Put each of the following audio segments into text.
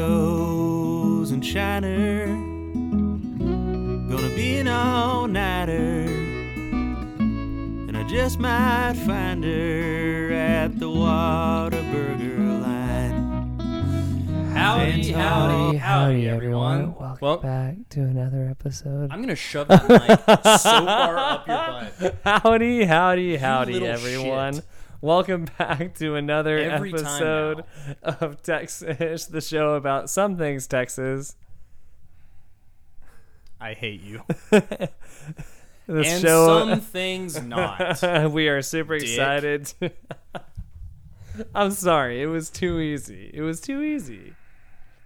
Tito's and Shiner. Gonna be an all nighter. And I just might find her at the Whataburger line. Howdy, Fantastic. howdy, Howdy, howdy, everyone. everyone. Welcome Well, back to another episode. I'm going to shove that mic so far up your butt. Howdy, howdy, howdy, little everyone. shit. Welcome back to another Every time episode of Texas, the show about some things Texas. I hate you. This and some show, things not. we are super Dick. excited. to- I'm sorry, it was too easy. It was too easy.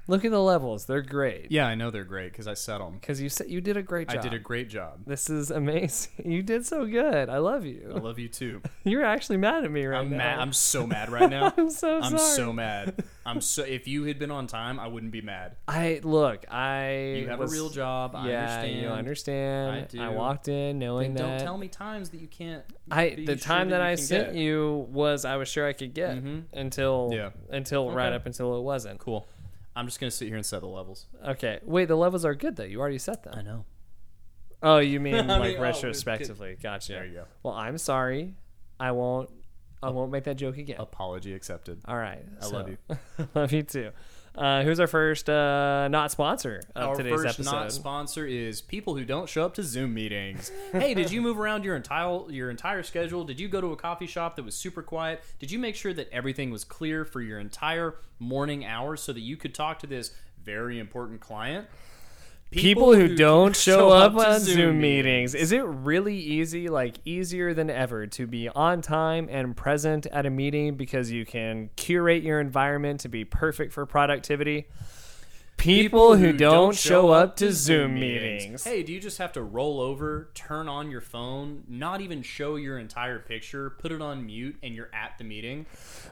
Look at the levels; they're great. Yeah, I know they're great because I set them. because you said you did a great I job. did a great job. this is amazing. You did so good. I love I you. love you too. You're actually mad at me right I'm now. mad. I'm so mad right now. I'm so I'm sorry. so mad. I'm so. If you had been on time, I wouldn't be mad. I look. I You have was- a real job. I yeah, understand. you understand. I do. walked in knowing Then that. don't tell me times that you can't. I that you the sure time that that you I can sent get. you was I was sure I could get Mhm. until Yeah. until right Okay. up until it wasn't. Cool. I'm just gonna sit here and set the levels. Okay, wait. The levels are good though. You already set them. know. Oh, you mean I like mean, oh, retrospectively? Gotcha. There you go. Well, I'm sorry. I won't. I won't make that joke again. Apology accepted. All right. Oh. I love you. love you too. Uh, who's our first uh, not sponsor of Our today's first episode? not sponsor is people who don't show up to Zoom meetings. hey, did you move around your entire your entire schedule? Did you go to a coffee shop that was super quiet? Did you make sure that everything was clear for your entire morning hours so that you could talk to this very important client? people who don't show up to on Zoom meetings. Is it really easy, like easier than ever, to be on time and present at a meeting because you can curate your environment to be perfect for productivity? People who don't show up to Zoom meetings. Hey, do you just have to roll over, turn on your phone, not even show your entire picture, put it on mute, and you're at the meeting?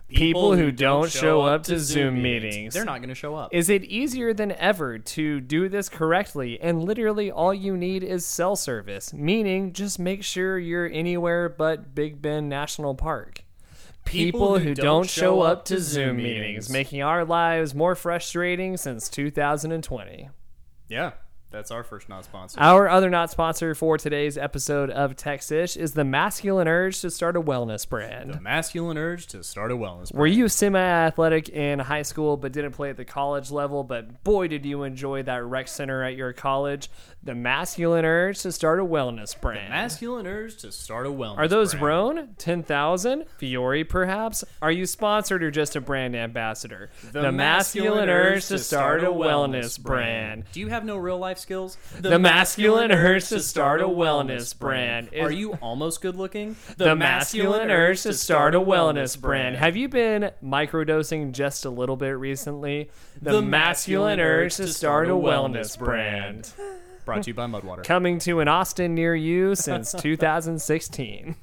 People who don't show up to Zoom meetings. They're not going to show up. Is it easier than ever to do this correctly? And literally, all you need is cell service, meaning just make sure you're anywhere but Big Bend National Park. People who don't show up to Zoom meetings, making our lives more frustrating since 2020. yeah, that's our first not sponsor. Our other not sponsor for today's episode of Texish is the masculine urge to start a wellness brand. the masculine urge to start a wellness. Were you semi athletic in high school but didn't play at the college level? But boy, did you enjoy that rec center at your college. The masculine urge to start a wellness brand. Masculine urge to start a wellness. Are those brand. Roan? 10,000? Fiore, perhaps? Are you sponsored or just a brand ambassador? The, masculine urge to start a wellness brand. Do you have no real life skills? The masculine urge to start a wellness brand. Are Is- you almost good looking? The masculine urge to start a wellness brand. Have you been microdosing just a little bit recently? The, masculine urge to start a wellness brand. Brought to you by Mudwater. Coming to an Austin near you since 2016.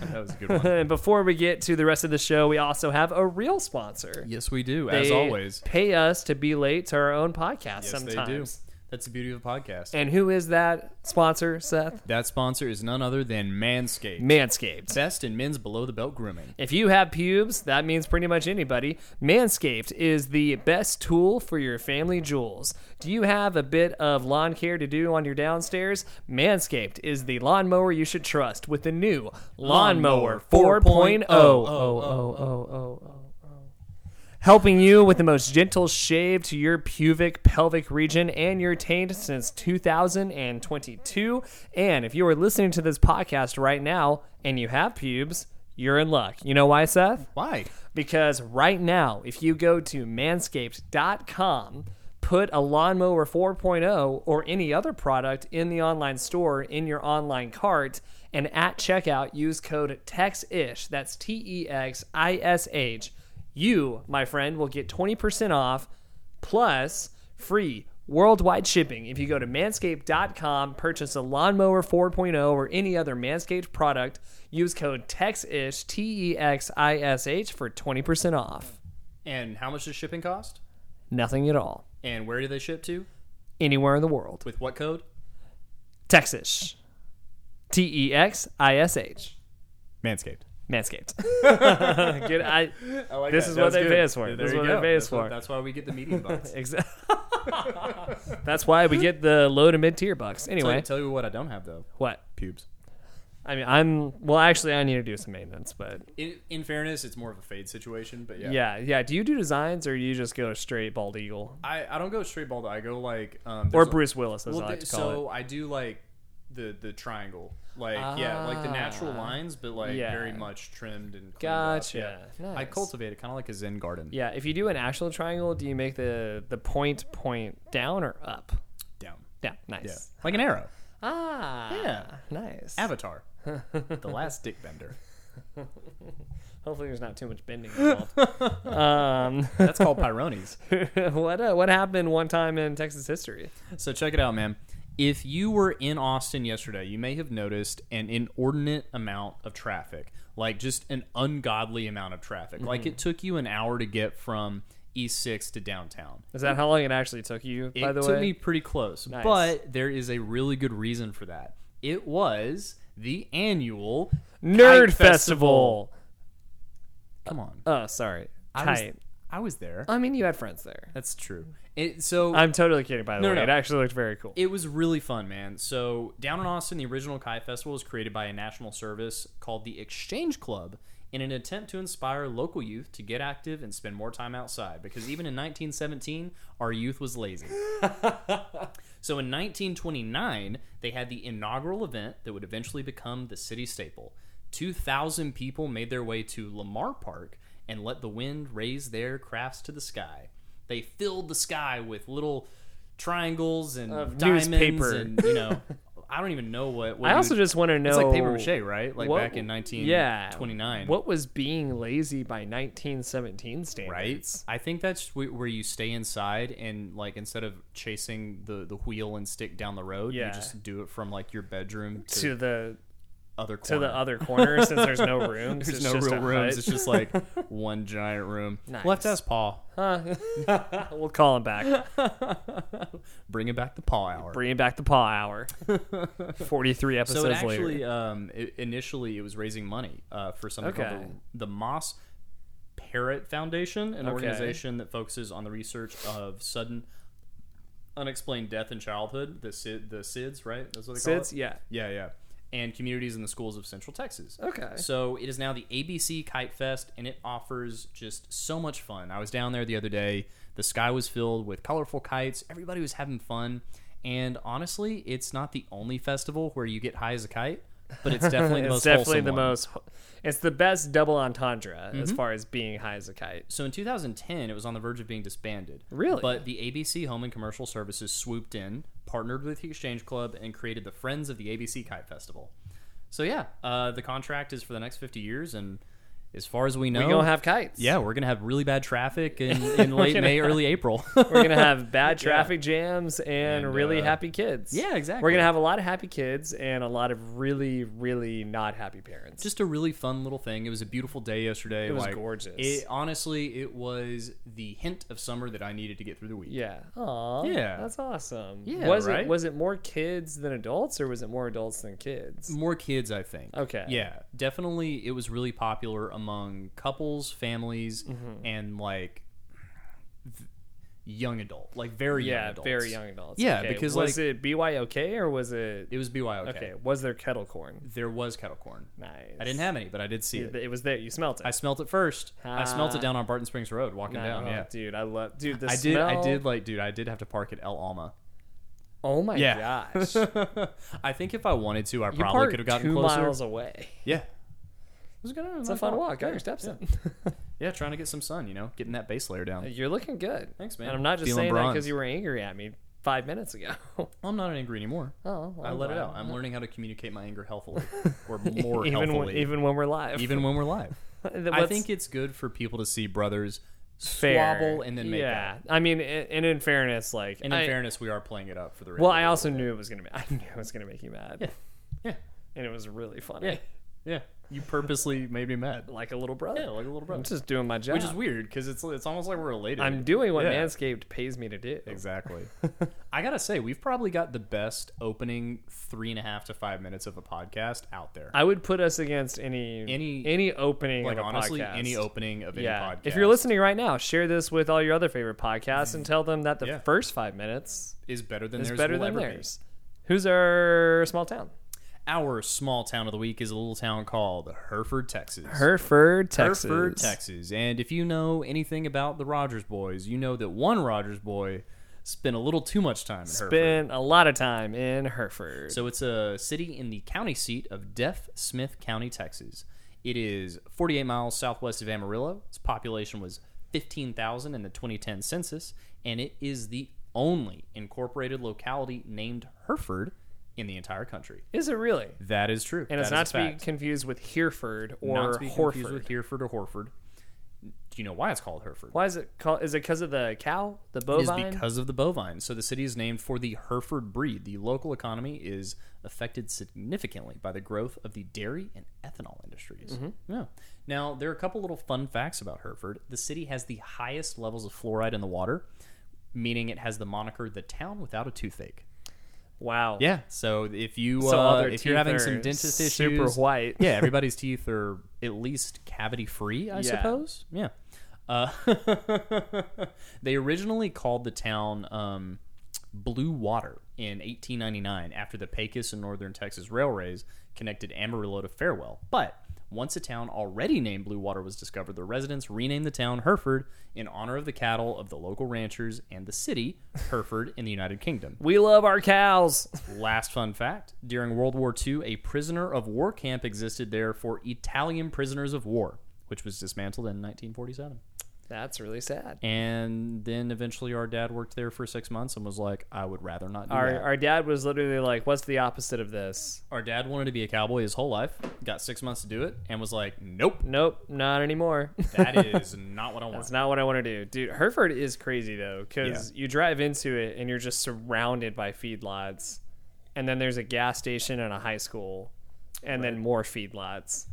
That was a good one. And before we get to the rest of the show, we also have a real sponsor. yes, we do. as They always, pay us to be late to our own podcast yes, sometimes. they do. That's the beauty of a podcast. And who is that sponsor, Seth? that sponsor is none other than Manscaped, Manscaped. best in men's below the belt grooming. If you have pubes, that means pretty much anybody. Manscaped is the best tool for your family jewels. Do you have a bit of lawn care to do on your downstairs? Manscaped is the lawnmower you should trust with the new Lawnmower 4.0. Oh, oh, oh, oh, oh, oh. Helping you with the most gentle shave to your pubic pelvic region and your taint since 2022. And if you are listening to this podcast right now and you have pubes, you're in luck. You know why, Seth? Why? Because right now, if you go to manscaped.com, put a lawnmower 4.0 or any other product in the online store in your online cart, and at checkout, use code E TEXISH, that's T E X I S H. You, my friend, will get 20% off plus free worldwide shipping if you go to manscaped.com purchase a lawnmower 4.0 or any other manscaped product use code E texish t-e-x-i-s-h for 20% off And how much does shipping cost? nothing at all And where do they ship to? anywhere in the world With what code? texish t-e-x-i-s-h Manscaped. Manscaped. Good. I, I like This is is what they pay us for. This is what they pay us that's what- for. that's why we get the medium bucks. exactly. That's why we get the low to mid tier bucks. Tell- Anyway, tell you what I don't have though. what? Pubes. I mean, I'm well. Actually, I need to do some maintenance, but In, in fairness, it's more of a fade situation, but yeah. yeah, yeah. Do you do designs or you just go straight bald eagle I, I don't go straight bald. I go like um, or there's a- Bruce Willis, as Well, I like th- to call so I do like the the triangle, like yeah, like the natural Ah. lines, but like Yeah. very much trimmed and it. cleaned up, yeah. Gotcha. Nice. I cultivate it kind of like a Zen garden. Yeah, if you do an actual triangle, do you make the the point point down or up? down. Yeah, Yeah, nice. like an arrow. Ah, Yeah. nice. Avatar, the last dick bender. Hopefully, there's not too much bending involved. um, That's called Pyrones. what uh, what happened one time in Texas history? So check it out, man. If you were in Austin yesterday, you may have noticed an inordinate amount of traffic, like just an ungodly amount of traffic. Like Mm-hmm. it took you an hour to get from East 6 to downtown. Is that how long it actually took you? It by the took way, me pretty close, but there is a really good reason for that. It was the annual Nerd Kite Festival. Come on, Oh, sorry. I was, Kite. I was there. I mean, you had friends there. That's true. It, so I'm totally kidding. By the No, way, no, it no. actually looked very cool. It was really fun, man. So down in Austin, the original Kai Festival was created by a national service called the Exchange Club in an attempt to inspire local youth to get active and spend more time outside. Because even in 1917, our youth was lazy. so in 1929, they had the inaugural event that would eventually become the city staple. 2,000 people made their way to Lamar Park and let the wind raise their crafts to the sky. They filled the sky with little triangles and diamonds newspaper. and you know I don't even know what. what I you- also just want to know. it's like paper mache, right? Like what- back in 1929. yeah, What was being lazy by 1917 standards? right? I think that's wh- where you stay inside and like instead of chasing the the wheel and stick down the road, Yeah. you just do it from like your bedroom to, To the other to corner. the other corner since there's no rooms. There's it's no just real a rooms. hut. It's just like one giant room. Nice. Left us paw. we'll call him back. Bringing back the paw hour. Bringing back the paw hour. 43 episodes so it actually later. um, i initially it was raising money uh, for something Okay. called the, the Moss Parrot Foundation, an Okay. organization that focuses on the research of sudden unexplained death in childhood, the SID, the SIDS, right? That's what they call SIDS? it. Yeah. yeah, yeah, and communities in the schools of Central Texas. Okay. So it is now the ABC Kite Fest, and it offers just so much fun. I was down there the other day. The sky was filled with colorful kites. Everybody was having fun. And honestly, it's not the only festival where you get high as a kite, but it's definitely the It's most definitely wholesome the one. Mm-hmm. most. It's the best double entendre as far as being high as a kite. So in 2010, it was on the verge of being disbanded. Really? But the ABC Home and Commercial Services swooped in, partnered with the Exchange Club, and created the Friends of the ABC Kite Festival. So yeah, uh, the contract is for the next 50 years, and as far as we know, We don't have kites. Yeah, we're gonna have really bad traffic in, in We're late gonna May, early April. We're gonna have bad traffic jams and, And, really uh, happy kids. yeah, exactly. We're gonna have a lot of happy kids and a lot of really, really not happy parents. just a really fun little thing. It was a beautiful day yesterday. It was gorgeous. It honestly, it was the hint of summer that I needed to get through the week. yeah. Aw. Yeah. That's awesome. Yeah, Was right? it was it more kids than adults or was it more adults than kids? More kids, I think. Okay. Yeah, definitely. It was really popular among couples, families, Mm-hmm. and like v- young adult, like very Yeah, young adults. very young adults. Yeah, Okay, because, was like- it BYOK or was it It was BYOK. okay? Was there kettle corn? There was kettle corn. Nice. I didn't have any, but I did see it. It, it was there. You smelt it. I smelt it first. I smelt Ah. it down on Barton Springs Road, walking down. Oh, Yeah. dude, I love dude. The I did. smell. I did like, dude. I did have to park at El Alma. Oh my Yeah. gosh! I think if I wanted to, I You probably parked could have gotten two closer. miles away. Yeah. It was good. It's a fun walk. Got your steps in. Yeah, trying to get some sun. You know, getting that base layer down. You're looking good. Thanks, man. And I'm not just Feeling saying that because bronze. you were angry at me five minutes ago. oh, I'm not angry anymore. well, I let it wow. out. I'm learning how to communicate my anger healthily, or more even healthily, when, even when we're live. even when we're live. I What's think it's good for people to see brothers fair. squabble and then make yeah. up. I mean, a- and in fairness, like And in I- fairness, we are playing it up for the. well, radio. I also knew it was gonna. Be, I knew it was gonna make you mad, Yeah. and it was really funny. Yeah. Yeah, you purposely made me mad. like a little brother. Yeah, like a little brother. I'm just doing my job. Which is weird because it's it's almost like we're related. I'm doing what Yeah. Manscaped pays me to do. exactly. I gotta say, we've probably got the best opening three and a half to five minutes of a podcast out there. I would put us against any Any- any opening like of a honestly, podcast. any opening of yeah. any podcast. Mm. If you're listening right now, share this with all your other favorite podcasts and tell them that the Yeah. first five minutes is better than is theirs better will than ever be. theirs. Who's our small town? Our small town of the week is a little town called Hereford, Texas. Hereford, Texas. Hereford, Texas. And if you know anything about the Rogers boys, you know that one Rogers boy spent a little too much time in Hereford. Spent a lot of time in Hereford. So it's a city in the county seat of Deaf Smith County, Texas. It is 48 miles southwest of Amarillo. Its population was 15,000 in the 2010 census, and it is the only incorporated locality named Hereford in the entire country. is it really? That is true. And it's That not is to be fact. confused with Hereford Not or to be confused Horford. with Hereford or Horford. Do you know why it's called Hereford? Why is it called? Is it because of the cow, the is bovine? because of the bovine. So the city is named for the Hereford breed. The local economy is affected significantly by the growth of the dairy and ethanol industries. Mm-hmm. Yeah. Now, there are a couple little fun facts about Hereford. The city has the highest levels of fluoride in the water, meaning it has the moniker the town without a toothache. wow. Yeah. So if you So all uh, their if you're having teeth some are dentist super issues, white. yeah, everybody's teeth are at least cavity free, I suppose. Yeah. Uh, they originally called the town um, Blue Water in 1899 after the Pecos and Northern Texas railways connected Amarillo to Fairwell. But once a town already named Blue Water was discovered, the residents renamed the town Hereford in honor of the cattle of the local ranchers and the city, Hereford, in the United Kingdom. We love our cows. Last fun fact during World War II, a prisoner of war camp existed there for Italian prisoners of war, which was dismantled in 1947. That's really sad. And then eventually our dad worked there for six months and was like, I would rather not do Our, that. our dad was literally like, "What's the opposite of this?" Our dad wanted to be a cowboy his whole life, got six months to do it, and was like, nope, Nope, not anymore. that is not what I want. That's not what I want to do, dude. Hereford is crazy though, because you drive into it and you're just surrounded by feedlots, and then there's a gas station and a high school, and then more feedlots,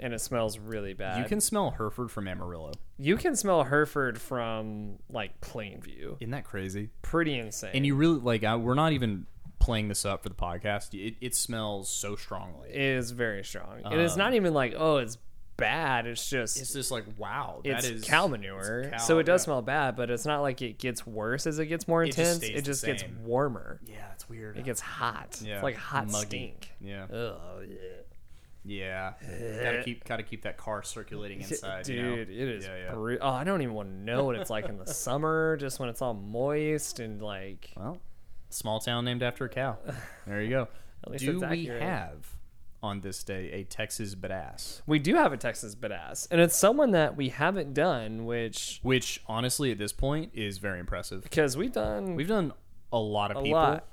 and it smells really bad. you can smell Hereford from Amarillo. you can smell Hereford from like Plainview. Isn't that crazy? Pretty insane. And you really, like, I, we're not even playing this up for the podcast. It, it smells so strongly. it is very strong, and it's not even like oh, it's bad. It's just Um, it's just like, wow, that it's is cow manure, it's cow- so it does yeah. smell bad, but it's not like it gets worse as it gets more just intense. stays It the just gets same. warmer. Yeah, it's weird. It gets hot. Yeah. It's like hot Muggy. stink. yeah, Ugh, yeah. gotta keep gotta keep that car circulating inside. Eh. dude, you know? it is Yeah, yeah. bru- Oh, I don't even want to know what it's like in the summer, just when it's all moist and like. Well, small town named after a cow. There you go. least Do it's we accurate. have on this day a Texas badass? We do have a Texas badass, and it's someone that we haven't done, which Which honestly, at this point, is very impressive. because we've done We've done a lot of a people. lot.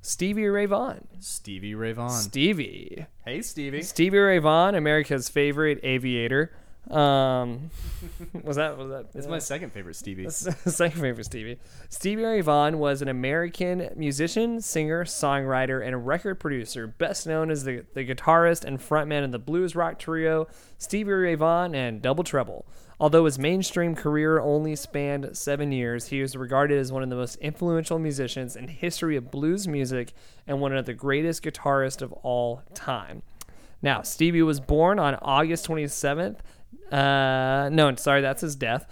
Stevie Ray Vaughan. Stevie Ray Vaughan. Stevie. hey, Stevie. Stevie Ray Vaughan, America's favorite aviator. Um, was that was that? It's my second favorite Stevie. Second favorite Stevie. Stevie Ray Vaughan was an American musician, singer, songwriter, and record producer, best known as the, the guitarist and frontman of the blues rock trio Stevie Ray Vaughan and Double Treble. Although his mainstream career only spanned seven years, he is regarded as one of the most influential musicians in history of blues music and one of the greatest guitarists of all time. Now, Stevie was born on August 27th. Uh, no, sorry, that's his death.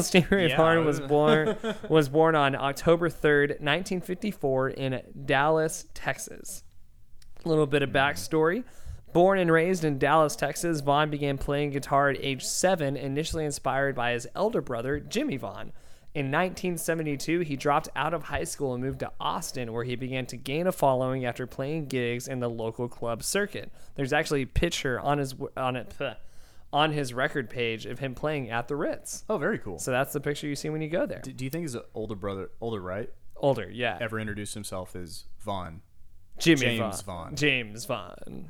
Stevie Ray Yeah. Vaughan was born was born on October 3rd, 1954, in Dallas, Texas. A little bit of backstory. Born and raised in Dallas, Texas, Vaughn began playing guitar at age seven, initially inspired by his elder brother, Jimmy Vaughn. In 1972, he dropped out of high school and moved to Austin, where he began to gain a following after playing gigs in the local club circuit. There's actually a picture on his on it on his record page of him playing at the Ritz. Oh, very cool. So that's the picture you see when you go there. Do you think his older brother, older right, Older, yeah. ever introduced himself as Vaughn? Jimmy James Vaughn. Vaughn. James Vaughn.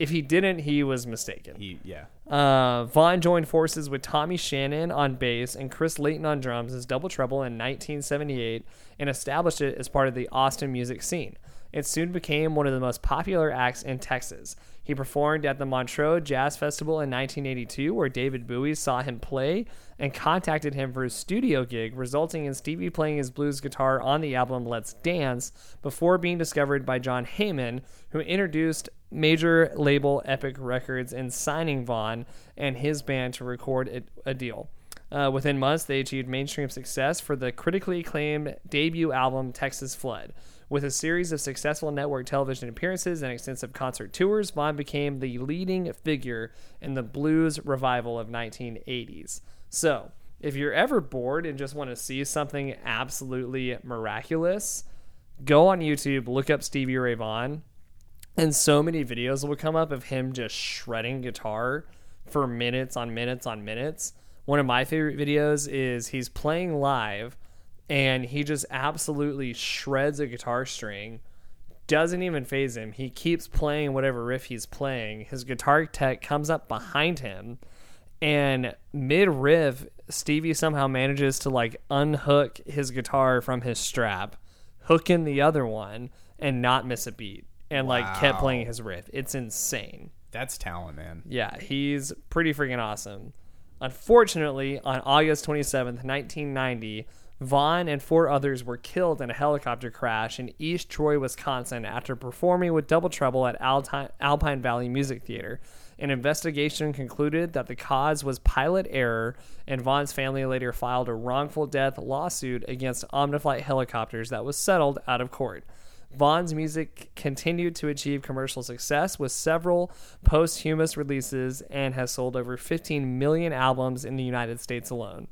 If he didn't, he was mistaken. He, yeah. Uh, Vaughn joined forces with Tommy Shannon on bass and Chris Layton on drums as Double Treble in 1978 and established it as part of the Austin music scene. It soon became one of the most popular acts in Texas. He performed at the Montreux Jazz Festival in 1982, where David Bowie saw him play and contacted him for his studio gig, resulting in Stevie playing his blues guitar on the album Let's Dance before being discovered by John Heyman, who introduced major label Epic Records and signing Vaughn and his band to record a, a deal. Uh, within months, they achieved mainstream success for the critically acclaimed debut album Texas Flood. With a series of successful network television appearances and extensive concert tours, Vaughn became the leading figure in the blues revival of 1980s. So, if you're ever bored and just want to see something absolutely miraculous, go on YouTube, look up Stevie Ray Vaughan, and so many videos will come up of him just shredding guitar for minutes on minutes on minutes. One of my favorite videos is he's playing live and he just absolutely shreds a guitar string. Doesn't even phase him. He keeps playing whatever riff he's playing. His guitar tech comes up behind him and mid riff, Stevie somehow manages to like unhook his guitar from his strap, hook in the other one, and not miss a beat. And like kept playing his riff. It's insane. That's talent, man. Yeah, he's pretty freaking awesome. Unfortunately, on August 27th, 1990, Vaughn and four others were killed in a helicopter crash in East Troy, Wisconsin, after performing with Double Trouble at Alti- Alpine Valley Music Theater. An investigation concluded that the cause was pilot error, and Vaughn's family later filed a wrongful death lawsuit against Omniflight Helicopters that was settled out of court. Vaughn's music continued to achieve commercial success with several posthumous releases and has sold over 15 million albums in the United States alone.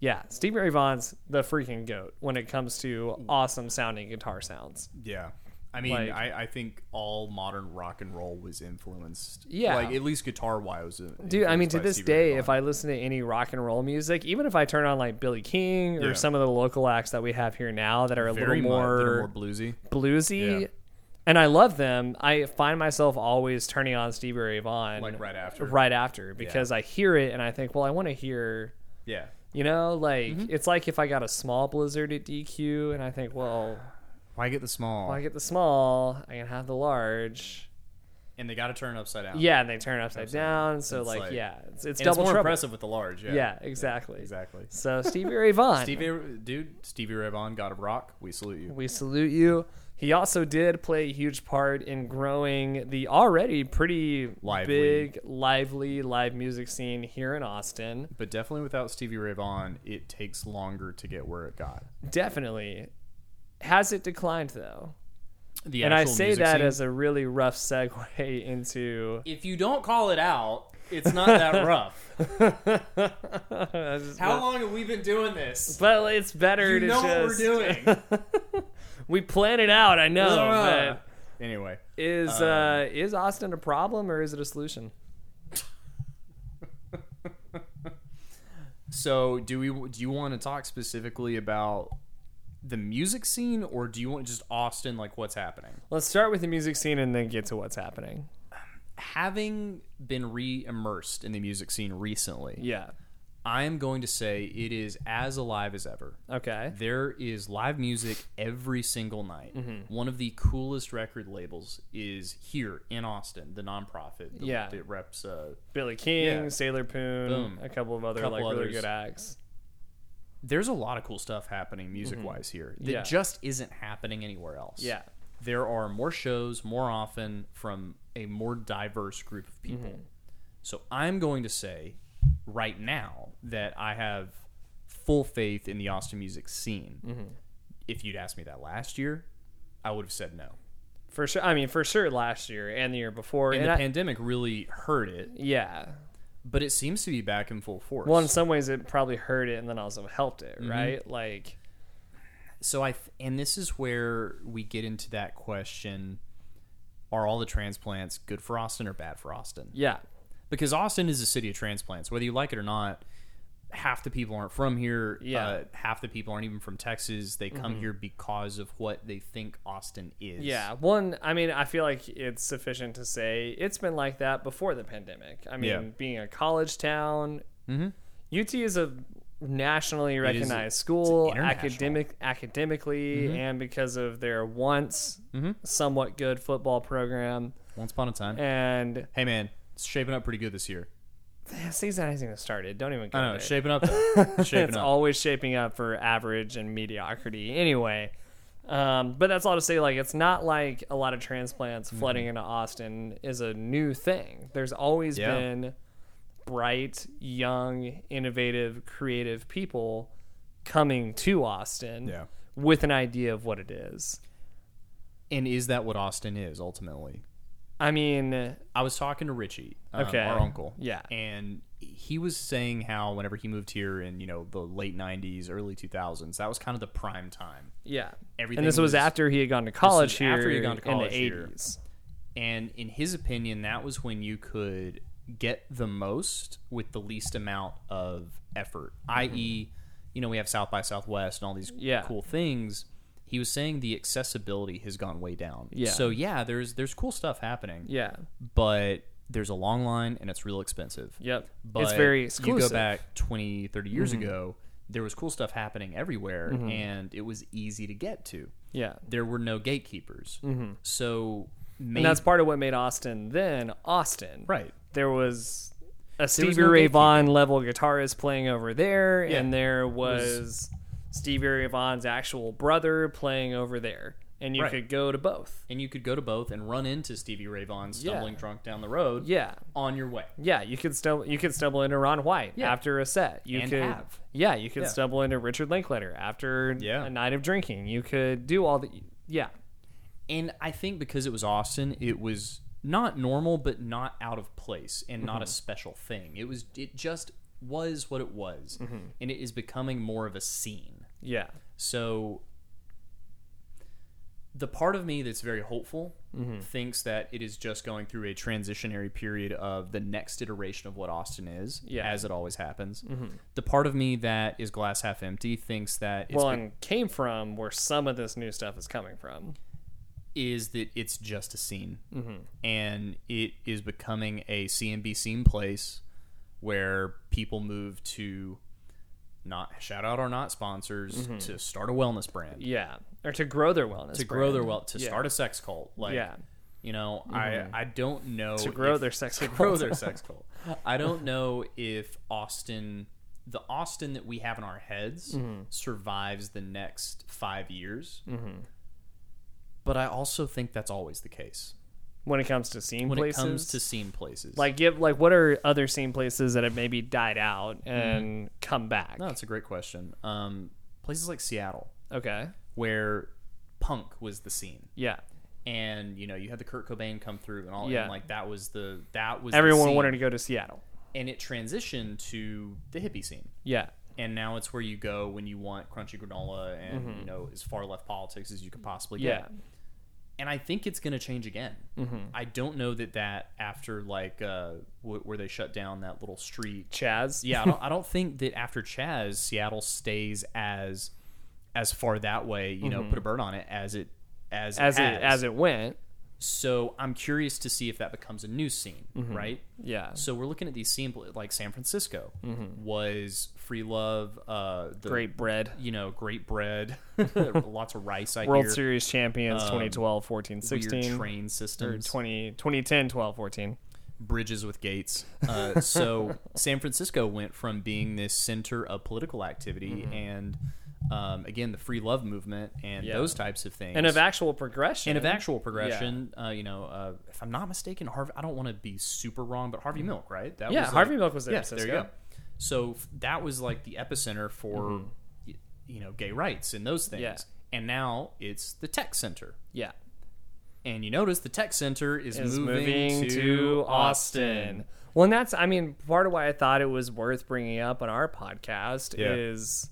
Yeah, Stevie Ray Vaughan's the freaking goat when it comes to awesome sounding guitar sounds. Yeah. I mean, Like- I, I think all modern rock and roll was influenced. Yeah. Like, at least guitar wise. Dude, I mean, to this day, if I listen to any rock and roll music, even if I turn on like Billy King or Yeah. some of the local acts that we have here now that are a Very little mu- more, little more bluesy. bluesy, Yeah. and I love them, I find myself always turning on Stevie Ray Vaughan Like, right after. right after because I hear it and I think, well, I want to hear, Yeah. you know, like it's like if I got a small blizzard at DQ and I think, well, Why get the small? if I get the small, I can have the large. and they got to turn upside down. Yeah, and they turn it upside down. So, like, like- yeah, it's, it's And it's double more trouble. impressive with the large. Yeah. Yeah, exactly. Exactly. So, Stevie Ray Vaughan. Stevie, dude, Stevie Ray Vaughan, God of Rock, we salute you. We salute you. He also did play a huge part in growing the already pretty Lively. big, lively live music scene here in Austin. But definitely without Stevie Ray Vaughan, it takes longer to get where it got. Definitely. Has it declined though? The and I say that as a really rough segue into. if you don't call it out, it's not that rough. How long have we been doing this? Well, it's better to just. doing. We plan it out. I know. Ugh. anyway, But is uh, Um, is Austin a problem or is it a solution? so do we? Do you want to talk specifically about the music scene, or do you want just Austin? Like what's happening? Let's start with the music scene and then get to what's happening. Having been re-immersed in the music scene recently, Yeah. I am going to say it is as alive as ever. Okay. There is live music every single night. Mm-hmm. One of the coolest record labels is here in Austin, the nonprofit. The, Yeah. It reps uh, Billy King, Yeah. Sailor Poon, Boom. a couple of other Couple like really others. good acts. there's a lot of cool stuff happening music wise here that Mm-hmm. Yeah. just isn't happening anywhere else. Yeah. There are more shows more often from a more diverse group of people. So I'm going to say right now that I have full faith in the Austin music scene. If you'd asked me that last year, I would have said no. For sure. I mean, for sure last year and the year before. And, And the I- pandemic really hurt it, yeah. but it seems to be back in full force. Well, in some ways, it probably hurt it and then also helped it, right? Like, so I th- and this is where we get into that question: Are all the transplants good for Austin or bad for Austin? yeah. Because Austin is a city of transplants, whether you like it or not. Half the people aren't from here. Yeah. Mm-hmm. Uh, half the people aren't even from Texas. They come here because of what they think Austin is. Yeah. One, I mean, I feel like it's sufficient to say it's been like that before the pandemic. I mean, Yeah. being a college town, UT Mm-hmm. is a nationally is- recognized it's school, international. academic academically, and because of their once somewhat good football program. Once upon a time. And Hey man, it's shaping up pretty good this year. the season hasn't even started. Don't even. Go I know, there. it's shaping up. though. It's shaping it's up. always shaping up for average and mediocrity anyway. Um, but that's all to say, like, it's not like a lot of transplants Mm-hmm. flooding into Austin is a new thing. There's always Yeah. been bright, young, innovative, creative people coming to Austin Yeah. with an idea of what it is. and is that what Austin is ultimately? I mean, I was talking to Richie, um, Okay. our uncle, Yeah. and he was saying how whenever he moved here in you know the late '90s, early 2000s, that was kind of the prime time. yeah. Everything and this was, was- after he had gone to college is here after he had gone to college in the here. 80s. And in his opinion, that was when you could get the most with the least amount of effort, i.e., you know, we have South by Southwest and all these Mm-hmm. Yeah. cool things. He was saying the accessibility has gone way down. Yeah. So yeah, there's there's cool stuff happening. Yeah. But there's a long line and it's real expensive. Yep. But it's very You exclusive. go Mm-hmm. back 20, 30 years ago, there was cool stuff happening everywhere and it was easy to get to. Yeah. There were no gatekeepers. So maybe Mm-hmm. And that's part of what made Austin then Austin. right. There was a Stevie no Ray gatekeeper. Vaughan level guitarist playing over there, Yeah. and there was- was Stevie Ray Vaughan's actual brother playing over there. And you Right. could go to both. And you could go to both and run into Stevie Ray Vaughan Yeah. stumbling drunk down the road Yeah. on your way. Yeah, you could stumble you could stumble into Ron White Yeah. after a set. You And could have. Yeah, you could Yeah. stumble into Richard Linklater after Yeah. a night of drinking. You could do all the yeah. And I think because it was Austin, it was not normal but not out of place and not a Mm-hmm. special thing. It was it just was what it was. Mm-hmm. And it is becoming more of a scene. Yeah. So the part of me that's very hopeful Mm-hmm. thinks that it is just going through a transitionary period of the next iteration of what Austin is, Yeah. Mm-hmm. as it always happens. The part of me that is glass half empty thinks that it's Well, be- and came from where some of this new stuff is coming from. is that it's just a scene, Mm-hmm. and it is becoming a see and be seen place where people move to not shout out our not sponsors Mm-hmm. to start a wellness brand. Yeah, or to grow their wellness, to grow their brand. wealth to Yeah. start a sex cult like Yeah. you know i i don't know Mm-hmm. to grow if- their sex, to cult. grow their sex cult i don't know if austin the austin that we have in our heads Mm-hmm. survives the next five years but i also think that's always the case when it comes to scene when places. it comes to scene places like, give like what are other scene places that have maybe died out and come back? Mm-hmm. no it's Oh, a great question um places like seattle Okay, where punk was the scene yeah, and you know you had the kurt cobain come through and all Yeah. and like that was the that was the everyone scene. wanted to go to Seattle. and it transitioned to the hippie scene. Yeah, And now it's where you go when you want crunchy granola and you know as far left politics as you could possibly Mm-hmm. yeah, Mm-hmm. get. And I think it's going to change again. I don't know that that after like uh, w- where they shut down that little street. Chaz. Yeah, I don't, I don't think that after Chaz, Seattle stays as as far that way. You know, put a bird on it as it as Mm-hmm. as it has. as it went. So I'm curious to see if that becomes a new scene, right? Mm-hmm. Yeah, Mm-hmm. So we're looking at these scenes like San Francisco was free love, uh, the, great bread. you know, great bread, lots of rice. I World hear, Series champions Um, 2012, 14, 16, weird train or systems, 20, 2010, 12, 14. bridges with gates. Uh, so San Francisco went from being this center of political activity Mm-hmm. and, um, again, the free love movement and Yeah. those types of things, And of actual progression. and of actual progression. Uh, you know, uh, if I'm not mistaken, Harvey. I don't want to be super wrong, but Harvey Milk, right? That Mm-hmm. Yeah, was like- Harvey Milk was there. Yes, there you go. So f- that was like the epicenter for y- you know gay rights and those things. Mm-hmm. Yeah. And now it's the tech center. Yeah. And you notice the tech center is, is moving, to Austin. Well, and that's I mean part of why I thought it was worth bringing up on our podcast Yeah. is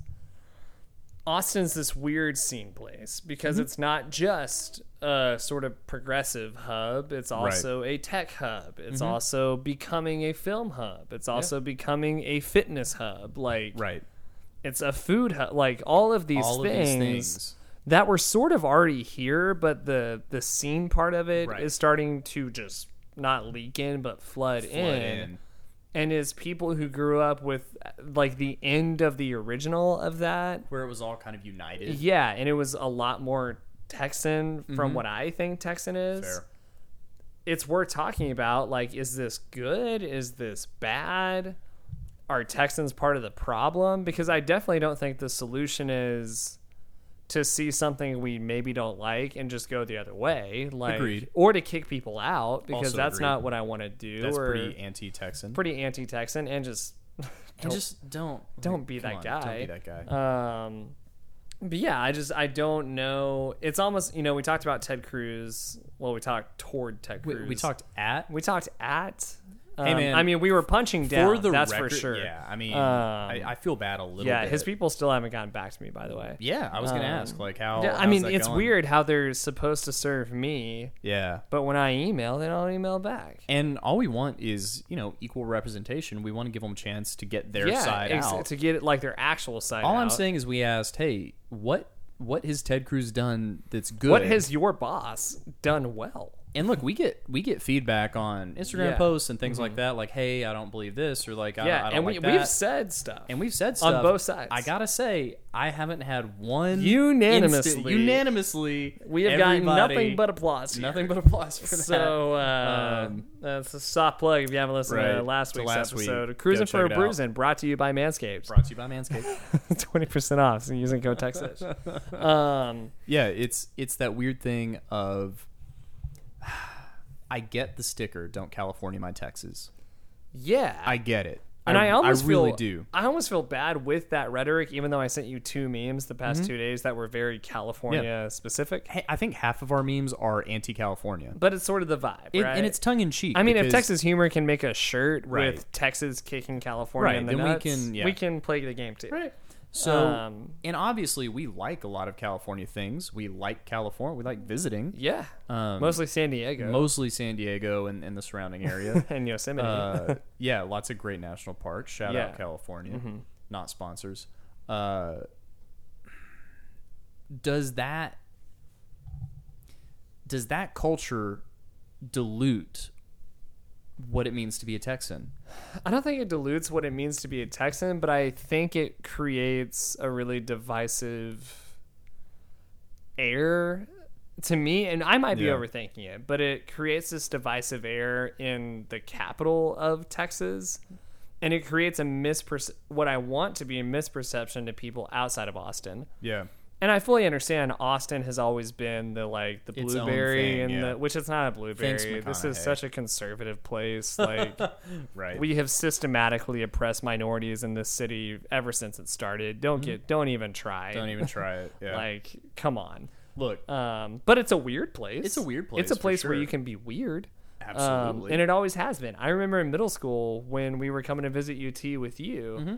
Austin's this weird scene place because Mm-hmm. it's not just a sort of progressive hub, it's also a tech hub. It's Mm-hmm. also becoming a film hub. It's also becoming a fitness hub. Like Right. it's a food hub. Like all of these All things of these things. that were sort of already here, but the the scene part of it is Right. starting to just not leak in, but flood, Flood in. in. and is people who grew up with like the end of the original of that. where it was all kind of united. Yeah, and it was a lot more Texan from what I think Texan is. Fair. It's worth talking about like is this good? Is this bad? Are Texans part of the problem? Because I definitely don't think the solution is to see something we maybe don't like and just go the other way, like Agreed. or to kick people out because Also that's agreed. not what I want to do. That's or pretty anti-Texan. pretty anti-Texan and just And just don't don't be come that on, Don't guy. be that guy. Uh, Um, but yeah, I just I don't know. It's almost you know we talked about Ted Cruz. Well, we talked toward Ted we, Cruz. we talked at We talked at. Um, Hey, man, I mean, we were punching down. for the that's record, for sure. Yeah, I mean, Um, I, I feel bad a little. yeah. bit. His people still haven't gotten back to me, by the way. Yeah, I was gonna Um, ask like how. Yeah, I how's mean, that it's going? weird how they're supposed to serve me, Yeah, but when I email, they don't email back. and all we want is you know equal representation. We want to give them a chance to get their yeah, side ex- out. to get it like their actual side. all I'm out. saying is we asked, hey, what what has Ted Cruz done that's good? what has your boss done well? and look, we get we get feedback on Instagram Yeah. Mm-hmm. posts and things like that, like hey, I don't believe this, or like I, yeah, I don't and like we that. we've said stuff, and we've said on stuff both sides. I gotta say, I haven't had one Unanimously. insta- unanimously, we have gotten everybody- nothing but applause. here. nothing but applause for that. So uh, Um, that's a soft plug if you haven't listened to Right, last to week's last week. episode. Go Cruising for check a it out. Bruising, brought to you by Manscaped. Brought to you by Manscaped. Twenty percent off so using code Texas. um, yeah, it's it's that weird thing of I get the sticker, don't California my Texas. yeah, I get it. and I, almost I really feel, do. I almost feel bad with that rhetoric, even though I sent you two memes the past Mm-hmm. two days that were very California specific. Hey, I think half of our memes are anti-California, But it's sort of the vibe, It- right? and it's tongue in cheek. I mean, if because- Texas humor can make a shirt with Right. Texas kicking California Right, in the then we nuts, can- yeah. we can play the game too. right? So, Um, and obviously, we like a lot of California things. We like California. We like visiting, Yeah, Um, mostly San Diego mostly San Diego and, and the surrounding area. and Yosemite. uh, yeah, lots of great national parks. Shout Yeah. Mm-hmm. out California, not sponsors. Uh, does that does that culture dilute what it means to be a Texan? I don't think it dilutes what it means to be a Texan, but I think it creates a really divisive air to me. And I might be Yeah. overthinking it, but it creates this divisive air in the capital of Texas. And it creates a misperce what I want to be a misperception to people outside of Austin. Yeah, And I fully understand Austin has always been the like the Its own blueberry thing, and yeah. the which it's not a blueberry. Thanks, this is McConaughey. such a conservative place. Like right. we have systematically oppressed minorities in this city ever since it started. Don't get don't even try. Mm-hmm. Don't even try it. Yeah. like come on. Look, Um, but it's a weird place. It's a weird It's place, a for place where sure. you can be weird. Um, Absolutely. and it always has been. I remember in middle school when we were coming to visit UT with you, Mm-hmm.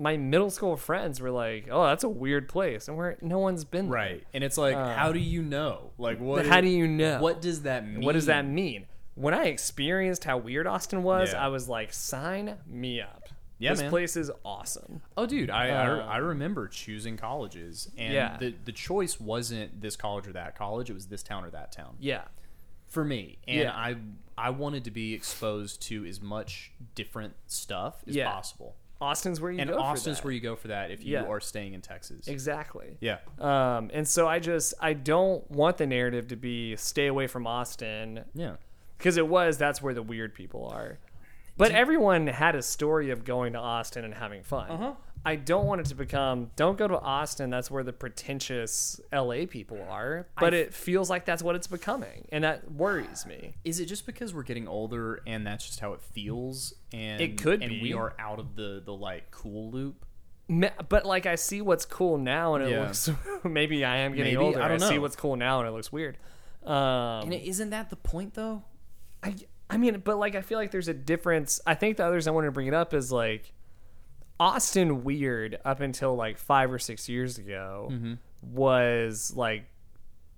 my middle school friends were like, "Oh, that's a weird place," and where no one's been. there. right, and it's like, how do you know? Like, what? Uh, how do you know? What does that mean? What does that mean? When I experienced how weird Austin was, Yeah. I was like, "Sign me up." Yeah, this man. place is awesome. Oh, dude, I, Uh, I I remember choosing colleges, and Yeah. the the choice wasn't this college or that college. It was this town or that town Yeah, for me, and Yeah. I I wanted to be exposed to as much different stuff as Yeah. possible. Austin's where you And go. for Austin's that. where you go for that if you Yeah. are staying in Texas. exactly. Yeah, Um, and so I just I don't want the narrative to be stay away from Austin yeah. because it was that's where the weird people are. But everyone had a story of going to Austin and having fun. I don't want it to become don't go to Austin. That's where the pretentious LA people are. But it feels like that's what it's becoming, and that worries me. Is it just because we're getting older and that's just how it feels? And It could and be. we are out of the the like cool loop. Me- But like I see what's cool now, and it Yeah. looks maybe I am getting Maybe, older. I don't see know. what's cool now, and it looks weird. Um, And isn't that the point though? I, I mean, but like, I feel like there's a difference. I think the others I wanted to bring it up is like Austin Weird up until like five or six years ago Mm-hmm. was like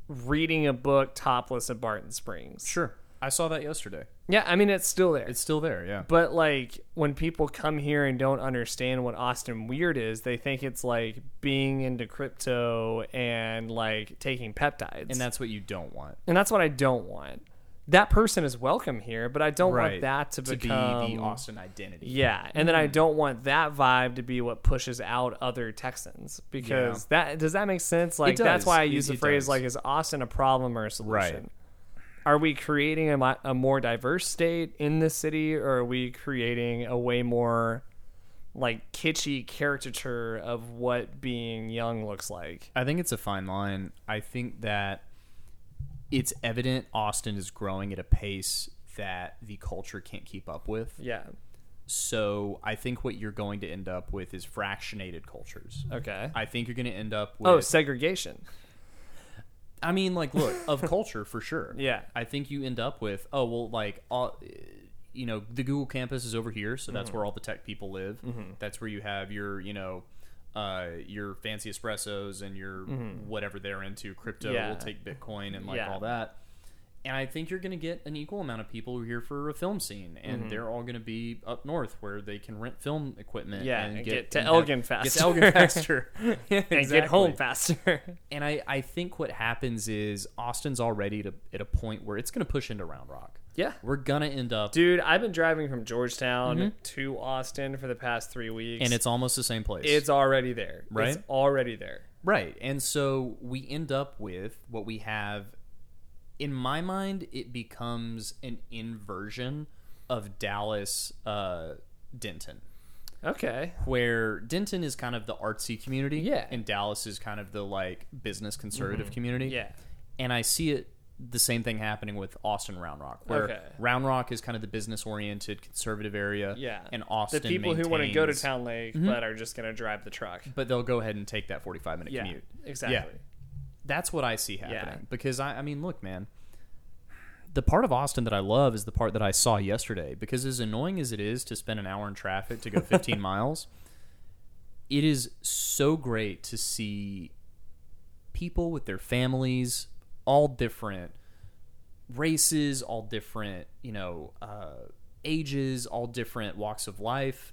reading a book topless at Barton Springs. Sure, I saw that yesterday. Yeah, I mean, it's still there. It's still there. Yeah. but like when people come here and don't understand what Austin Weird is, they think it's like being into crypto and like taking peptides. and that's what you don't want. And that's what I don't want. that person is welcome here, but I don't want right that to, to become be the Mm. Austin identity. Yeah, and then I don't want that vibe to be what pushes out other Texans because that does that make sense? Like that's does. why I It- use the it phrase does. like is Austin a problem or a solution? Are we creating a, mi- a more diverse state in this city or are we creating a way more like kitschy caricature of what being young looks like? I think it's a fine line. I think that it's evident Austin is growing at a pace that the culture can't keep up with. Yeah. So I think what you're going to end up with is fractionated cultures. Okay. I think you're going to end up with. Oh, segregation. I mean, like, look, of culture for sure. Yeah. I think you end up with, oh, well, like, all, you know, the Google campus is over here, so that's Mm-hmm. where all the tech people live. That's where you have your, you know, uh, your fancy espressos and your whatever they're into. Crypto Mm-hmm. Yeah. will take Bitcoin and like Yeah. all that. And I think you're going to get an equal amount of people here for a film scene, and Mm-hmm. they're all going to be up north where they can rent film equipment. Yeah, and and get, get to and Elgin Get faster. to Elgin faster. And get home faster. And I, I think what happens is Austin's already to, at a point where it's going to push into Round Rock. yeah. We're going to end up, Dude, I've been driving from Georgetown to Austin for the past three weeks, Mm-hmm. and it's almost the same place. it's already there. Right? it's already there. right. And so we end up with what we have. In my mind, it becomes an inversion of Dallas uh, Denton, Okay, where Denton is kind of the artsy community, Yeah. Mm-hmm. and Dallas is kind of the like business conservative community, yeah, and I see it the same thing happening with Austin Round Rock, where Okay. Round Rock is kind of the business oriented conservative area, yeah. and Austin the people who want to go to maintains- Mm-hmm. Town Lake but are just going to drive the truck. but they'll go ahead and take that forty five minute Yeah, commute. exactly. That's what I see happening because I, I mean, look, man. The part of Austin that I love is the part that I saw yesterday because as annoying as it is to spend an hour in traffic to go 15 miles, it is so great to see people with their families, all different races, all different, you know, uh, ages, all different walks of life,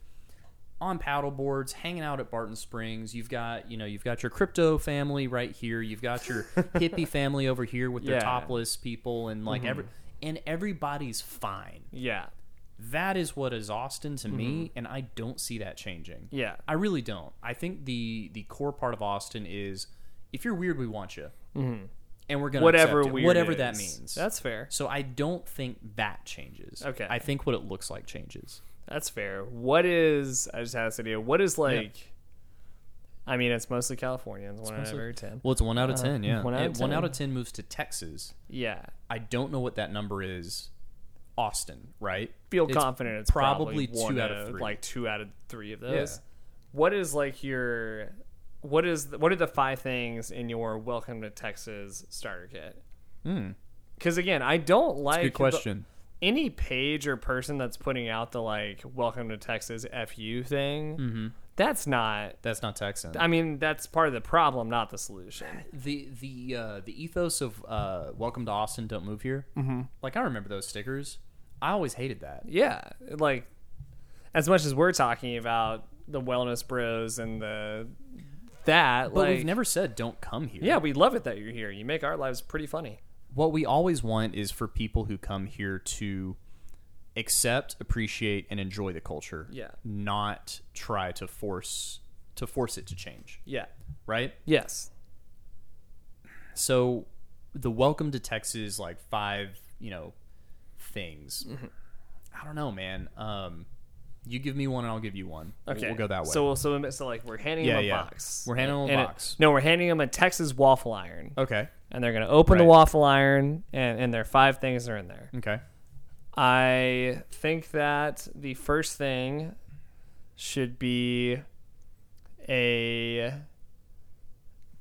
on paddleboards, hanging out at Barton Springs. You've got, you know, you've got your crypto family right here. You've got your hippie family over here with their Yeah. Mm-hmm. topless people, and like every and everybody's fine. Yeah, That is what is Austin to me, and I don't see that changing. Mm-hmm. yeah, I really don't. I think the the core part of Austin is if you're weird, we want you, mm-hmm. and we're gonna whatever accept it, weird whatever is. that means. That's fair. so I don't think that changes. Okay. I think what it looks like changes. That's fair. What is? I just had this idea. What is like? I mean, it's mostly Californians. One out of every ten. Well, it's one out of ten. Yeah, Uh, one out of It- one 10. out of ten moves to Texas. Yeah, I don't know what that number is. Austin, right? feel It's confident it's probably, probably two one out of three. like two out of three of those. What is like your what is the, what are the five things in your welcome to Texas starter kit? Because again, I don't like Hmm. Good the- question. any page or person that's putting out the like welcome to Texas fu thing. Mm-hmm. That's not. That's not Texan. I mean, that's part of the problem, not the solution. the the uh, the ethos of uh, "Welcome to Austin, don't move here." Mm-hmm. Like I remember those stickers. I always hated that. Yeah, like as much as we're talking about the wellness bros and the that, But like, we've never said don't come here. Yeah, we love it that you're here. You make our lives pretty funny. what we always want is for people who come here to accept, appreciate, and enjoy the culture. Yeah. Not try to force to force it to change. Yeah. Right? Yes. So the welcome to Texas like five, you know, things. Mm-hmm. I don't know, man. Um you give me one and I'll give you one. We'll- Okay. We'll go that way. So we'll so, we'll- so like we're handing Yeah, them a yeah. box. We're handing them a And it- box. no, we're handing them a Texas waffle iron, okay. and they're gonna open the Right. waffle iron, and and there are five things are in there. Okay. I think that the first thing should be a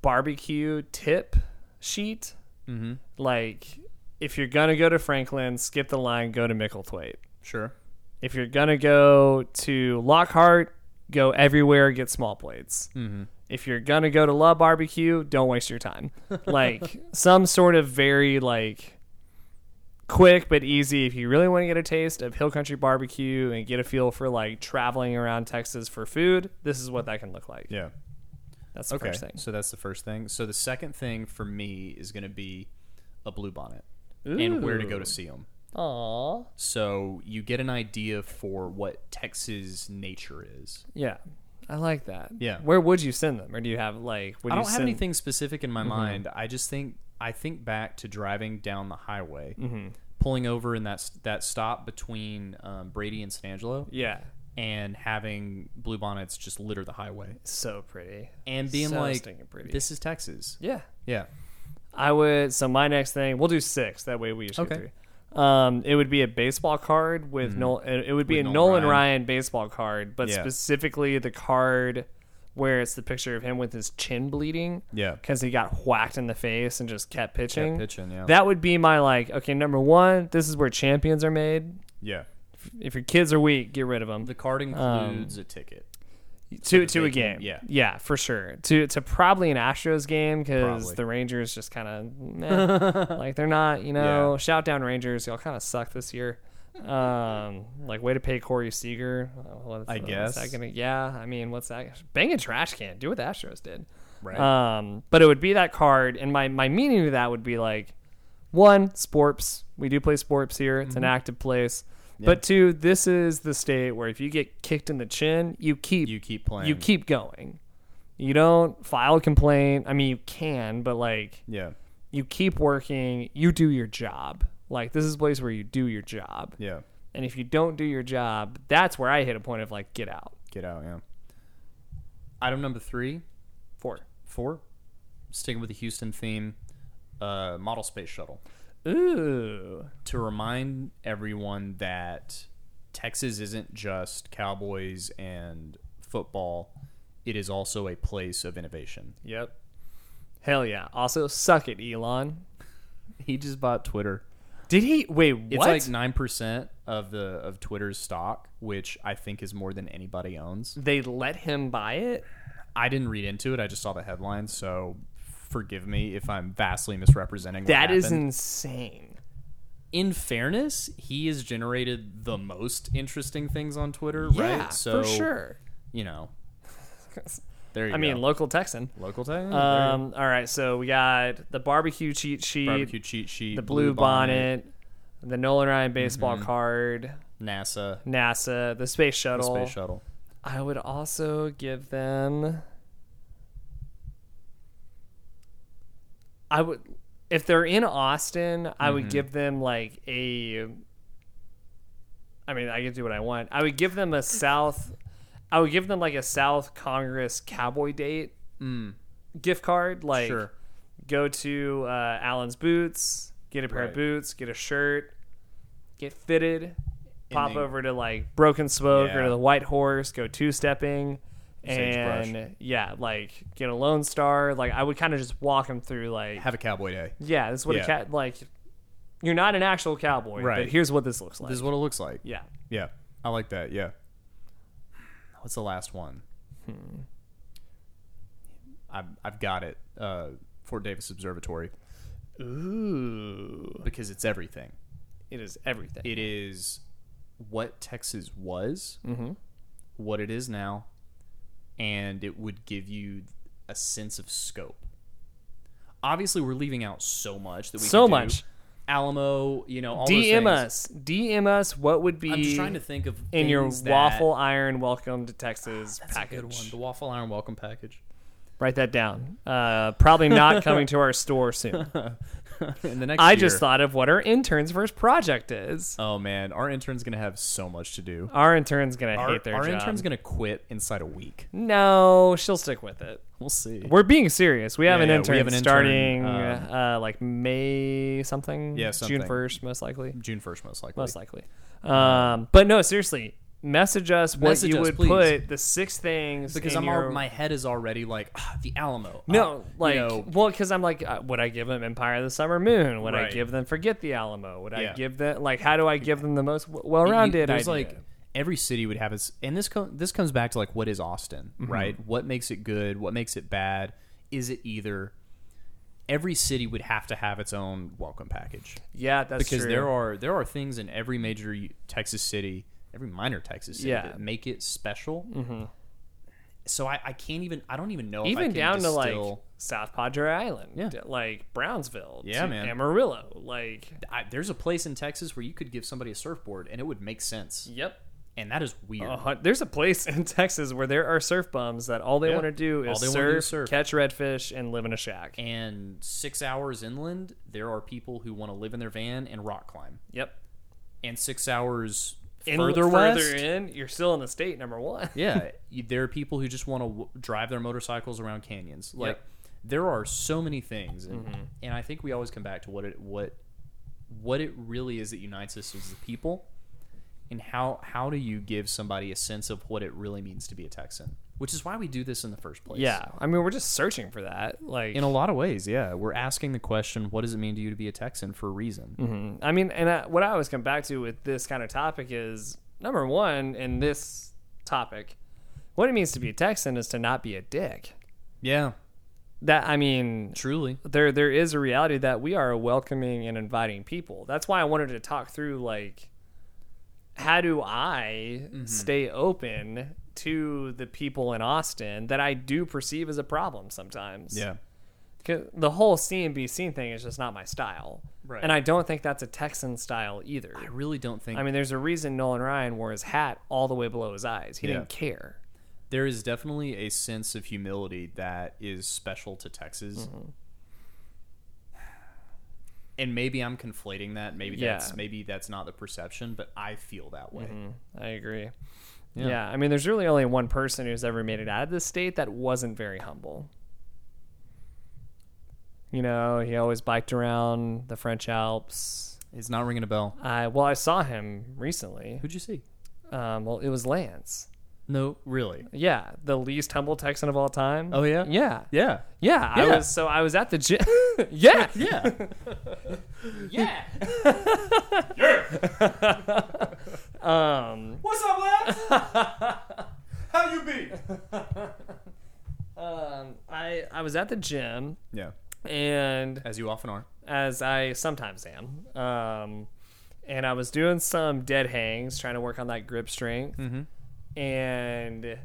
barbecue tip sheet. Mm-hmm. Like, if you're gonna go to Franklin, skip the line, go to Micklethwaite. Sure. if you're gonna go to Lockhart, go everywhere, get small plates. Mm-hmm. If you're gonna go to Love Barbecue, don't waste your time. Like some sort of very like quick but easy. If you really want to get a taste of Hill Country Barbecue and get a feel for like traveling around Texas for food, this is what that can look like. Yeah. That's the Okay. first thing. So that's the first thing. So the second thing for me is going to be a blue bonnet. and where to go to see them. Aw. So you get an idea for what Texas nature is. Yeah. I like that. Yeah. Where would you send them? Or do you have like would I you Mm-hmm. don't have send- anything specific in my mind. I just think I think back to driving down the highway, Mm-hmm. pulling over in that s- that stop between um, Brady and San Angelo, Yeah. and having bluebonnets just litter the highway, So pretty. and being So like, stinking pretty. "This is Texas." Yeah. Yeah, I would so my next thing we'll do six, that way we usually Okay. Mm-hmm. do three. Um, it would be a baseball card with Nol Nolan. It would be With a Nolan Nolan Ryan. baseball card, but Yeah. specifically the card where it's the picture of him with his chin bleeding. Yeah. because he got whacked in the face and just kept pitching. pitching, yeah. that would be my like. Okay, number one, this is where champions are made. yeah. If your kids are weak, get rid of them The card includes a ticket. to to a they can- game. yeah. yeah, for sure. To to probably an Astros game because Probably. the Rangers just kind of like they're not. You know, Yeah. shout down Rangers, y'all kind of suck this year. Um, like way to pay Corey Seager. Uh, What's, I what's guess. that gonna. Yeah, I mean, what's that? Bang a trash can. Do what the Astros did. Right. Um, but it would be that card, and my my meaning to that would be like, one, sports. We do play sports here. It's an Mm-hmm. active place. But two, this is the state where if you get kicked in the chin, you keep You keep playing. You keep going. You don't file a complaint. I mean, you can, but like Yeah, you keep working. You do your job. Like this is a place where you do your job. yeah. And if you don't do your job, that's where I hit a point of like, get out. Get out. Yeah. Item number three, Four. four. Sticking with the Houston theme, uh, model space shuttle. Ooh. to remind everyone that Texas isn't just Cowboys and football. It is also a place of innovation. Yep. Hell yeah. Also, suck it, Elon. He just bought Twitter. Did he? Wait, It's what? like nine percent of the of Twitter's stock, which I think is more than anybody owns. they let him buy it? I didn't read into it. I just saw the headline, so forgive me if I'm vastly misrepresenting. What That is happened. insane. in fairness, he has generated the most interesting things on Twitter, Yeah, right? So for sure. you know, there you I go. mean, local Texan. local time. Um, all right, so we got the barbecue cheat sheet, barbecue cheat sheet, the blue, bonnet, the Nolan Ryan baseball card, NASA, NASA, Mm-hmm. the space the shuttle. space shuttle. I would also give them. I would, if they're in Austin, I would give them like a. I mean, I can do what I want. I would give them a South. I would give them like a South Congress Cowboy date Mm. gift card. Like, Sure. go to uh, Allen's Boots, get a pair Right. of boots, get a shirt, get fitted, pop then- over to like Broken Smoke Yeah. or to the White Horse, go two stepping, Sagebrush. and yeah, like get a Lone Star. Like I would kind of just walk him through like, Have a cowboy day. yeah, this is what Yeah. a cat like. You're not an actual cowboy, Right. but here's what this looks like. This is what it looks like. yeah, Yeah, I like that. Yeah. What's the last one? Hmm. I've I've got it. Uh, Fort Davis Observatory ooh, because it's everything. it is everything. It is what Texas was, Mm-hmm. what it is now, and it would give you a sense of scope. Obviously, we're leaving out so much that we So could do. much. Alamo, you know, all those DM things. us, DM us. What would be I'm just trying to think of in your things that- Ah, waffle iron welcome to Texas That's a package? good one. The waffle iron welcome package, Write that down. Uh, probably not coming to our store soon. and the next. I just year- thought of what our intern's first project is. oh man, our intern's gonna have so much to do. Our intern's gonna Our, hate their our job. intern's gonna quit inside a week. no, she'll stick with it. We'll see. We're being serious. We have Yeah, an yeah, we intern have an intern, starting um, uh, like May something. Yeah, June something. first, most likely. June first, most likely. Most likely. Um, but no, seriously, message us what Message you us, would please. put the six things because in I'm your al- my head is already like "Ah, the Alamo. No, ah," like, you well, know, well, because I'm like, uh, would I give them Empire of the Summer Moon? Would I Right. give them Forget the Alamo? Would Yeah. I give them like, how do I give them the most w- you- well-rounded? There's idea? like every city would have its, and this co- this comes back to like what is Austin, right? What makes it good? What makes it bad? Is it either? Every city would have to have its own welcome package. yeah, that's because true. there are there are things in every major Texas city, every minor Texas city Yeah. Mm-hmm. that make it special. so I, I can't even I don't even know if I even can down to like distill- South Padre Island, Yeah. d- like Brownsville, Yeah, to man. Amarillo, like I, there's a place in Texas where you could give somebody a surfboard and it would make sense yep. and that is weird Uh, there's a place in Texas where there are surf bums that all they Yeah. want to do All is they surf, wanna do is surf. catch redfish, and live in a shack. and six hours inland there are people who want to live in their van and rock climb Yep. and six hours And further further west in, you're still in the state number one. yeah you- there are people who just want to w- drive their motorcycles around canyons like Yep. Mm-hmm. there are so many things and, and i think we always come back to what it what what it really is that unites us is the people and how how do you give somebody a sense of what it really means to be a texan which is why we do this in the first place Yeah, I mean, we're just searching for that. Like, in a lot of ways yeah we're asking the question what does it mean to you to be a texan for a reason I mean, and I, what I always come back to with this kind of topic is number one in this topic, what it means to be a Texan is to not be a dick. yeah That I mean, truly there there is a reality that we are a welcoming and inviting people. That's why I wanted to talk through like how do I stay open to the people in Austin that I do perceive as a problem sometimes. 'Cause the whole see and be seen thing is just not my style. Right. And I don't think that's a Texan style either. i really don't think I mean, there's a reason Nolan Ryan wore his hat all the way below his eyes. He Yeah. didn't care. there is definitely a sense of humility that is special to Texas. And maybe I'm conflating that. Maybe Yeah. that's maybe that's not the perception, but I feel that way. I agree. Yeah. I mean, there's really only one person who's ever made it out of this state that wasn't very humble. You know, he always biked around the French Alps. It's not ringing a bell. I well, I saw him recently. Who'd you see? Um, well, it was Lance. No, really. Yeah, the least humble Texan of all time. Oh, yeah? yeah, Yeah. yeah. I Yeah. was so I was at the gym. yeah, Yeah. yeah. um, What's up, lads? How you be? um, I I was at the gym Yeah. and As you often are. as I sometimes am. Um, and I was doing some dead hangs, trying to work on that grip strength. Mm-hmm. And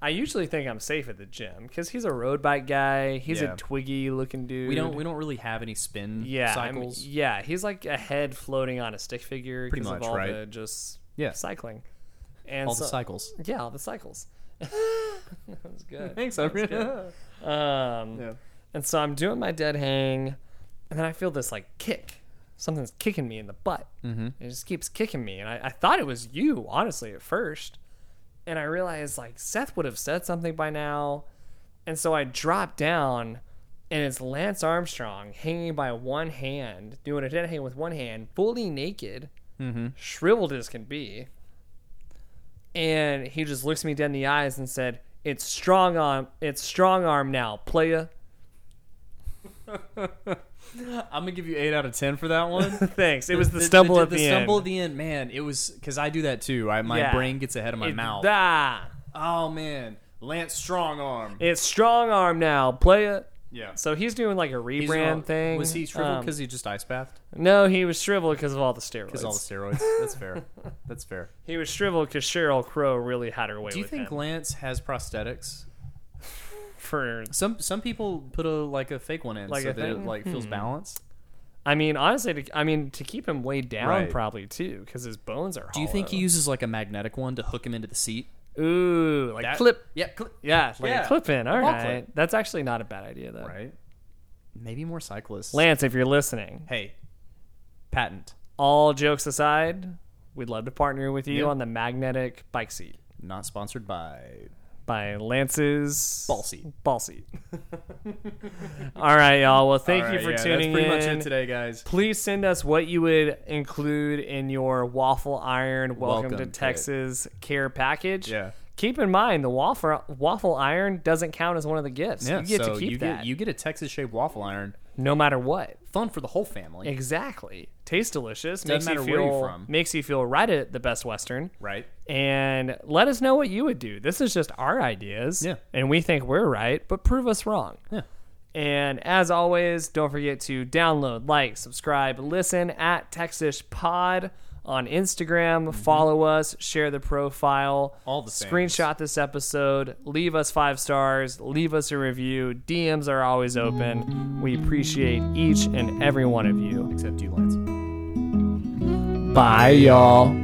I usually think I'm safe at the gym because he's a road bike guy. He's Yeah. a twiggy looking dude. We don't we don't really have any spin yeah, I'm- cycles. yeah, he's like a head floating on a stick figure Pretty because of much, all right? the just Yeah. cycling. And All so, the cycles. yeah, all the cycles. that was good. Thanks, I really Um, And so I'm doing my dead hang, and then I feel this like kick. Something's kicking me in the butt. Mm-hmm. It just keeps kicking me. And I, I thought it was you, honestly, at first. And I realized like Seth would have said something by now. And so I dropped down, and it's Lance Armstrong hanging by one hand, doing a dead hang with one hand, fully naked, shriveled as can be. And he just looks me dead in the eyes and said, "It's strong arm. It's strong arm now, playa." I'm gonna give you eight out of ten for that one. Thanks. It was the, stumble at the, the end. stumble at the end, man. It was because I do that too. I, my Yeah. brain gets ahead of my It- mouth. Ah, oh man, Lance strong arm. it's strong arm now, playa. yeah. So he's doing like a He's rebrand all- thing. Was he shriveled Um, because he just ice bathed? no, he was shriveled because of all the steroids. Because all the steroids. That's fair. That's fair. he was shriveled because Cheryl Crow really had her way Do you with think him. Lance has prosthetics? for Some some people put a like a Hmm. fake one in Like so a that it thing? like feels balanced. I mean, honestly, to, I mean to keep him weighed down Right. probably too because his bones are. Do you think he uses like a magnetic one to hook him into the seat? Ooh, like That- clip. Yeah. Clip. Yeah, like Yeah. a clip in. All ball right, that's actually not a bad idea though. Right. Maybe more cyclists. Lance, if you're listening, Hey. Patent. all jokes aside, we'd love to partner with you Yeah. on the magnetic bike seat. Not sponsored by by Lance's Ball seat. Ball seat. All right, y'all. Well, thank you Alright, for yeah, tuning That's pretty in. much it today, guys. Please send us what you would include in your waffle iron welcome, Welcome to kit. Texas care package. Yeah. Keep in mind the waffle waffle iron doesn't count as one of the gifts. you get so to keep you that Get, you get a Texas shaped waffle iron. no matter what. Fun for the whole family, Exactly. Tastes delicious. Doesn't makes you matter where feel you're from. makes you feel right at the Best Western. right? and let us know what you would do. This is just our ideas. Yeah. And we think we're right, but prove us wrong. Yeah. And as always, don't forget to download, like, subscribe, listen at Texas Pod on Instagram. Follow us, share the profile, Mm-hmm. All the things. screenshot this episode, leave us five stars, leave us a review. DMs are always open. We appreciate each and every one of you. Except you, Lance. Bye, y'all.